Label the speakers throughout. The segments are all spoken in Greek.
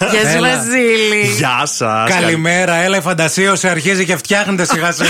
Speaker 1: Γεια σου,
Speaker 2: Έλα.
Speaker 1: Βασίλη.
Speaker 3: Γεια σας.
Speaker 2: Καλημέρα, έλα η φαντασίωση αρχίζει και φτιάχνεται σιγά σιγά.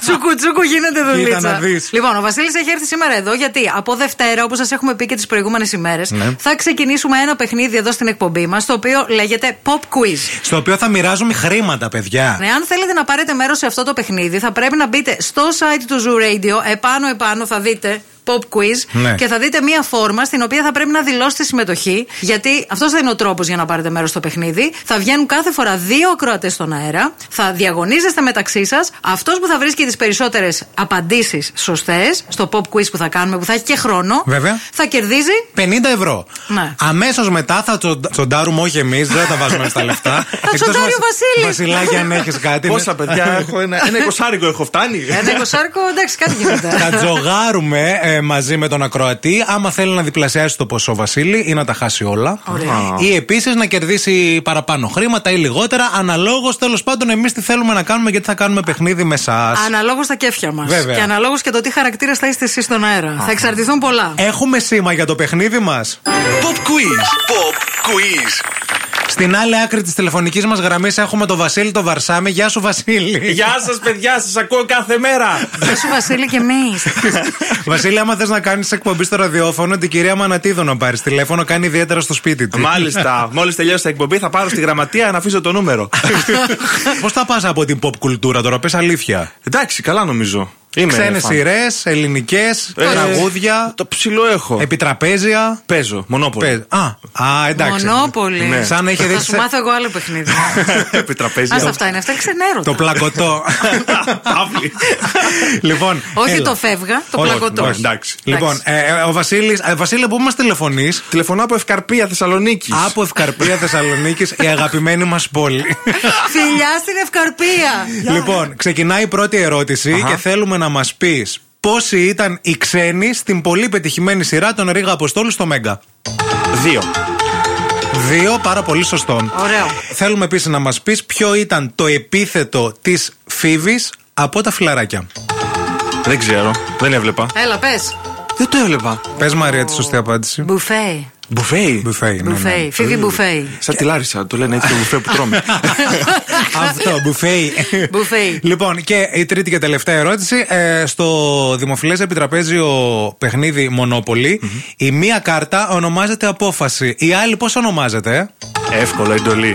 Speaker 1: Τσούκου τσούκου γίνεται δουλίτσα.
Speaker 2: Κοίτα να δεις.
Speaker 1: Λοιπόν, ο Βασίλης έχει έρθει σήμερα εδώ γιατί από Δευτέρα, όπως σας έχουμε πει και τις προηγούμενες ημέρες,
Speaker 2: Ναι.
Speaker 1: θα ξεκινήσουμε ένα παιχνίδι εδώ στην εκπομπή μας, το οποίο λέγεται Pop Quiz.
Speaker 2: Στο οποίο θα μοιράζουμε χρήματα, παιδιά.
Speaker 1: Ναι, αν θέλετε να πάρετε μέρος σε αυτό το παιχνίδι, θα πρέπει να μπείτε στο site του Zoo Radio. Επάνω, επάνω θα δείτε pop quiz
Speaker 2: Ναι.
Speaker 1: και θα δείτε μία φόρμα στην οποία θα πρέπει να δηλώσετε συμμετοχή. Γιατί αυτός θα είναι ο τρόπος για να πάρετε μέρος στο παιχνίδι. Θα βγαίνουν κάθε φορά δύο ακροατές στον αέρα. Θα διαγωνίζεστε μεταξύ σας. Αυτός που θα βρίσκει τις περισσότερες απαντήσεις σωστές στο pop quiz που θα κάνουμε, που θα έχει και χρόνο,
Speaker 2: Βέβαια.
Speaker 1: θα κερδίζει
Speaker 2: 50 ευρώ.
Speaker 1: Ναι.
Speaker 2: Αμέσως μετά θα τσον- τσοντάρουμε, όχι εμείς, δεν τα βάζουμε στα λεφτά. Εκτός
Speaker 1: τσοντάρει
Speaker 2: Βασι-
Speaker 1: ο Βασίλης.
Speaker 2: Βασιλάκη, αν έχεις κάτι.
Speaker 3: Πόσα παιδιά έχω, ένα, ένα εικοσάρικο έχω φτάνει.
Speaker 1: ένα εικοσάρικο. ναι, Εντάξει, κάτι
Speaker 2: Θα
Speaker 1: γίνεται.
Speaker 2: τζογάρουμε ε, μαζί με τον ακροατή. Άμα θέλει να διπλασιάσει το ποσό, Βασίλη, ή να τα χάσει όλα.
Speaker 1: Ωραία.
Speaker 2: Ή επίσης να κερδίσει παραπάνω χρήματα ή λιγότερα. Αναλόγως, τέλος πάντων, εμείς τι θέλουμε να κάνουμε, γιατί θα κάνουμε παιχνίδι με εσά.
Speaker 1: Αναλόγως τα κέφια μας.
Speaker 2: Βέβαια.
Speaker 1: Και αναλόγως και το τι χαρακτήρα θα είστε εσείς στον αέρα. Θα εξαρτηθούν πολλά.
Speaker 2: Έχουμε σήμα για το παιχνίδι μας.
Speaker 3: Pop quiz. Pop quiz.
Speaker 2: Στην άλλη άκρη της τηλεφωνικής μας γραμμής έχουμε τον Βασίλη το Βαρσάμι. Γεια σου, Βασίλη.
Speaker 3: Γεια σας, παιδιά, σας ακούω κάθε μέρα.
Speaker 1: Γεια σου, Βασίλη, και εμείς.
Speaker 2: Βασίλη, άμα θες να κάνεις εκπομπή στο ραδιόφωνο, την κυρία Μανατίδο να πάρεις τηλέφωνο, κάνει ιδιαίτερα στο σπίτι τη.
Speaker 3: Μάλιστα, μόλις τελειώσει την εκπομπή, θα πάρω στη γραμματεία να αφήσω το νούμερο.
Speaker 2: Πώς θα πας από την pop κουλτούρα τώρα, πες αλήθεια.
Speaker 3: Εντάξει, καλά νομίζω. Είμαι
Speaker 2: Ξένες
Speaker 3: fan.
Speaker 2: σειρές, ελληνικές,
Speaker 3: Ε,
Speaker 2: τραγούδια, Ε,
Speaker 3: Το ψηλό έχω.
Speaker 2: επιτραπέζια.
Speaker 3: Παίζω, μονόπολη.
Speaker 2: Πες. Α, α, εντάξει.
Speaker 1: Μονόπολη.
Speaker 2: Ναι. Σαν να είχε
Speaker 1: Θα
Speaker 2: δει
Speaker 1: σου μάθω εγώ άλλο παιχνίδι.
Speaker 3: Επιτραπέζια.
Speaker 1: Ας αυτά είναι. Αυτά είναι ξενέρωτα.
Speaker 2: το πλακωτό.
Speaker 3: Παύλη.
Speaker 2: λοιπόν,
Speaker 1: Όχι
Speaker 2: έλα.
Speaker 1: το φεύγα, το
Speaker 2: Όχι,
Speaker 1: πλακωτό.
Speaker 2: όχι,
Speaker 3: εντάξει.
Speaker 2: Λοιπόν, ε, ε, ο Βασίλης, Βασίλη, που μας τηλεφωνείς.
Speaker 3: Τηλεφωνώ από Ευκαρπία Θεσσαλονίκης.
Speaker 2: Από Ευκαρπία Θεσσαλονίκης, η αγαπημένη μας πόλη.
Speaker 1: Φιλιά στην Ευκαρπία.
Speaker 2: λοιπόν, ξεκινάει η πρώτη ερώτηση και θέλουμε να μας πεις πόσοι ήταν οι ξένοι στην πολύ πετυχημένη σειρά των Ρίγα Αποστόλου στο Μέγκα.
Speaker 3: Δύο.
Speaker 2: Δύο, πάρα πολύ σωστό.
Speaker 1: Ωραίο.
Speaker 2: Θέλουμε επίσης να μας πεις ποιο ήταν το επίθετο της Φίβης από τα φιλαράκια.
Speaker 3: Δεν ξέρω. Δεν έβλεπα.
Speaker 1: Έλα, πες.
Speaker 3: Δεν το έβλεπα.
Speaker 2: Πες Μαρία τη σωστή απάντηση.
Speaker 1: Μπουφέ.
Speaker 3: Μπουφέι.
Speaker 2: Μπουφέ, ναι, ναι.
Speaker 1: Μπουφέ. Φίβη μπουφέ.
Speaker 3: Ε, Σαν τη Λάρισα, το λένε έτσι το μπουφέ που τρώμε.
Speaker 2: Αυτό, μπουφέ.
Speaker 1: Μπουφέ.
Speaker 2: Λοιπόν, και η τρίτη και τελευταία ερώτηση. Ε, στο δημοφιλές επιτραπέζιο παιχνίδι Μονόπολη, η μία κάρτα ονομάζεται απόφαση. Η άλλη πώς ονομάζεται, ε?
Speaker 3: Εύκολα, εντολή.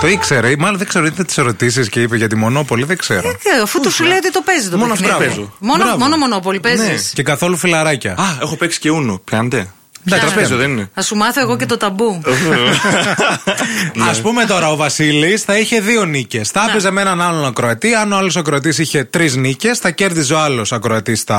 Speaker 2: Το ήξερε, ή μάλλον δεν ξέρω, είδε τις ερωτήσεις και είπε για τη Μονόπολη, δεν ξέρω.
Speaker 1: Ε, Αφού του σου λέει ότι το παίζει το
Speaker 3: Μόνο
Speaker 1: παιχνίδι.
Speaker 3: αυτά παίζω.
Speaker 1: Μόνο,
Speaker 2: Μπράβο. Ναι.
Speaker 1: μόνο μονόπολη παίζεις.
Speaker 2: Και καθόλου φιλαράκια.
Speaker 3: Α, έχω παίξει και ούνο. Πιάνετε.
Speaker 2: Εντάξει,
Speaker 3: Τραπέζιο
Speaker 2: ναι.
Speaker 3: δεν είναι.
Speaker 1: Θα σου μάθω εγώ και το ταμπού.
Speaker 2: Ας πούμε τώρα, ο Βασίλης θα είχε δύο νίκες. Θα έπαιζε με έναν άλλον ακροατή. Αν ο άλλος ακροατής είχε τρεις νίκες, θα κέρδιζε ο άλλος ακροατής τα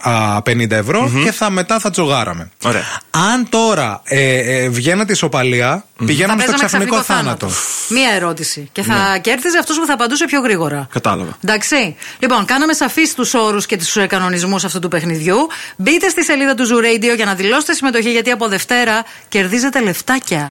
Speaker 2: α, 50 ευρω και θα, μετά θα τσογάραμε.
Speaker 3: Ωραία.
Speaker 2: Αν τώρα ε, ε, βγαίνατε ισοπαλία, πηγαίναμε στο
Speaker 1: παίζαμε
Speaker 2: ξαφνικό θάνατο. Ναι.
Speaker 1: Μία ερώτηση. Και θα κέρδιζε αυτός που θα απαντούσε πιο γρήγορα.
Speaker 3: Κατάλαβα.
Speaker 1: Εντάξει. Λοιπόν, κάναμε σαφείς τους όρους και τους κανονισμούς αυτού του παιχνιδιού. Μπείτε στη σελίδα του Zoo Radio για να δηλώσετε συμμετοχή, γιατί από Δευτέρα κερδίζετε λεφτάκια.